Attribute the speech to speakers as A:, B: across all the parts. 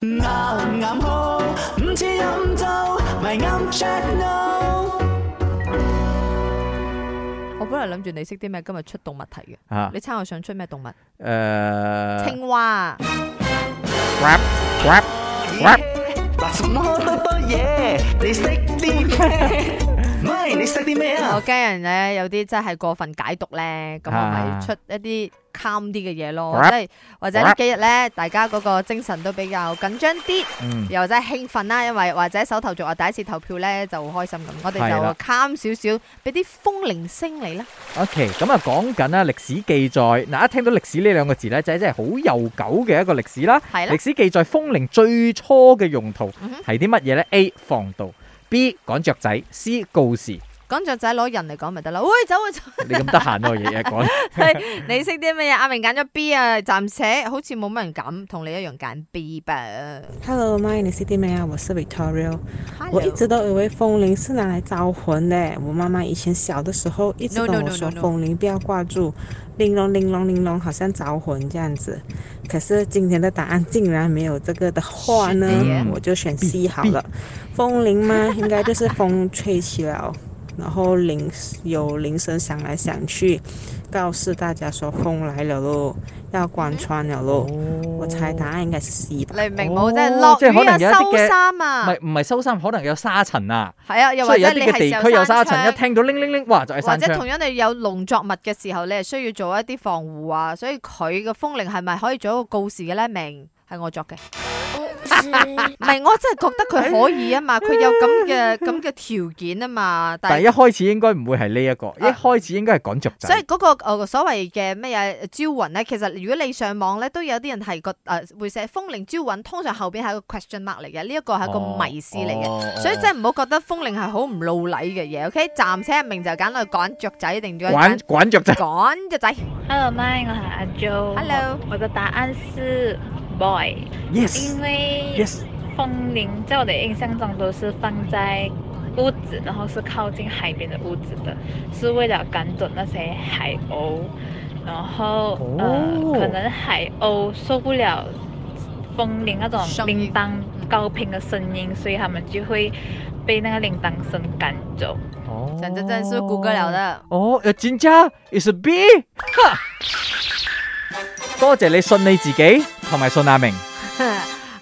A: 啱啱好，唔似飲酒，咪啱 check no。
B: 我本來諗住你識啲咩今日出動物題嘅，
C: 啊，
B: 你猜我想出咩動物？
C: 誒 Ờ,
B: 青蛙。
C: ，rap rap
A: 嗱，什麼多多嘢？你識啲咩？唔係你識啲咩
B: 我
A: 啊？
B: 驚人咧有啲真係過分解讀咧，咁我咪
C: 啊
B: 出一啲 calm 啲嘅嘢咯，
C: Rap
B: 即係或者呢幾日咧，大家嗰個精神都比較緊張啲，
C: 嗯，
B: 又或者興奮啦，因為或者手頭族啊第一次投票咧就開心咁，我哋
C: 係
B: 就
C: 啦
B: calm 少少，俾啲風鈴聲你啦。
C: OK，咁啊講緊啦歷史記載，嗱一聽到歷史呢兩個字咧，就係真係好悠久嘅一個歷史啦。
B: 係啦
C: 歷史記載風鈴最初嘅用途
B: 嗯哼
C: 係啲乜嘢咧？A 防盜，B 趕雀仔，C 告示。
B: 講雀仔攞人嚟講咪得啦。喂，走啊 走啊！
C: 你咁得閒喎，日日講。
B: 你識啲乜嘢？阿明揀咗 B 啊，暫且好似冇乜人敢同你一樣揀 B 吧。
D: Hello, my name is d i m a 我是 Victoria。我一
B: Hello
D: 直都以为风铃是拿来招魂的。我妈妈以前小的时候一直
B: No, no, no,
D: 跟我
B: no,
D: 说
B: no.
D: 风铃不要挂住，玲珑玲珑玲珑，好像招魂这样子。可是今天的答案竟然没有这个的话呢
B: 是的耶，
D: 我就选 C 好了。风铃嘛，应该就是风吹起了，然后铃有铃声响来响去，告诉大家说风来了喽，要关窗了喽。
B: 嗯
D: 我猜答案应该是 C 吧。
B: 你明冇？
C: 哦
B: 即係落
C: 即係可
B: 雨啊，
C: 能有一啲
B: 收
C: 嘅
B: 衫
C: 唔
B: 啊。
C: 係唔係收衫，可能有沙塵啊，
B: 係啊，又
C: 所
B: 或
C: 以有
B: 者你
C: 啲嘅
B: 係
C: 地區有沙塵，
B: 窗
C: 一聽到鈴鈴鈴，哇就係
B: 或
C: 山
B: 者同
C: 槍。
B: 樣你有農作物嘅時候，你係需要做一啲防護啊，所以佢嘅風鈴係咪可以做一個告示嘅咧？明係我作嘅， 唔係我真係覺得佢可以啊嘛，佢有咁嘅咁嘅條件啊嘛，但
C: 但係
B: 係
C: 一。開始應該唔會係呢一個，一開始應該係趕雀
B: 所以
C: 仔。
B: 嗰、個呃所謂嘅咩嘢招魂咧，其實如果你上網咧，都有啲人係個誒、呃、會寫風鈴招魂，通常後邊係一個 question mark 嚟嘅，呢一個係一
C: 哦
B: 個迷思嚟嘅。
C: 嘅
B: 所以真係唔好覺得風鈴係好唔老禮嘅嘢，OK？暫且明就揀去趕雀仔，定咗揀
C: 滾滾雀仔。
B: 趕雀仔。
E: Hello, my，我係阿 Jo。
B: Hello
E: 我嘅答案是 boy，
C: Yes
E: 因為
C: yes，
E: 風鈴在我的印象中都是放在屋子，然後是靠近海邊的屋子的，是為了趕走那些海鷗。然後、
C: 哦
E: 呃，可能海鷗受不了風鈴那種
B: 聲音
E: 鈴鐺高頻的聲音，所以他們就會被那個鈴鐺聲趕走。
C: 哦
B: 講真真是谷歌了。的。
C: 哦，誒專家，is a B，哈多謝你信你自己，同埋信阿明。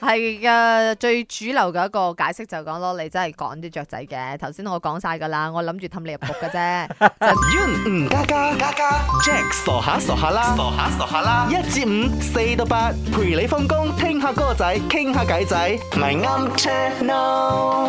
B: 係嘅，最主流嘅一個解釋就講咯，你真係趕啲雀仔嘅。頭先我講晒㗎啦，我諗住氹你入局嘅啫。
A: Yun 吳家家家家 Jack 傻下傻下啦，傻下傻下啦，一至五四到八，陪你放工，聽下歌仔，傾下偈仔，咪啱 check no。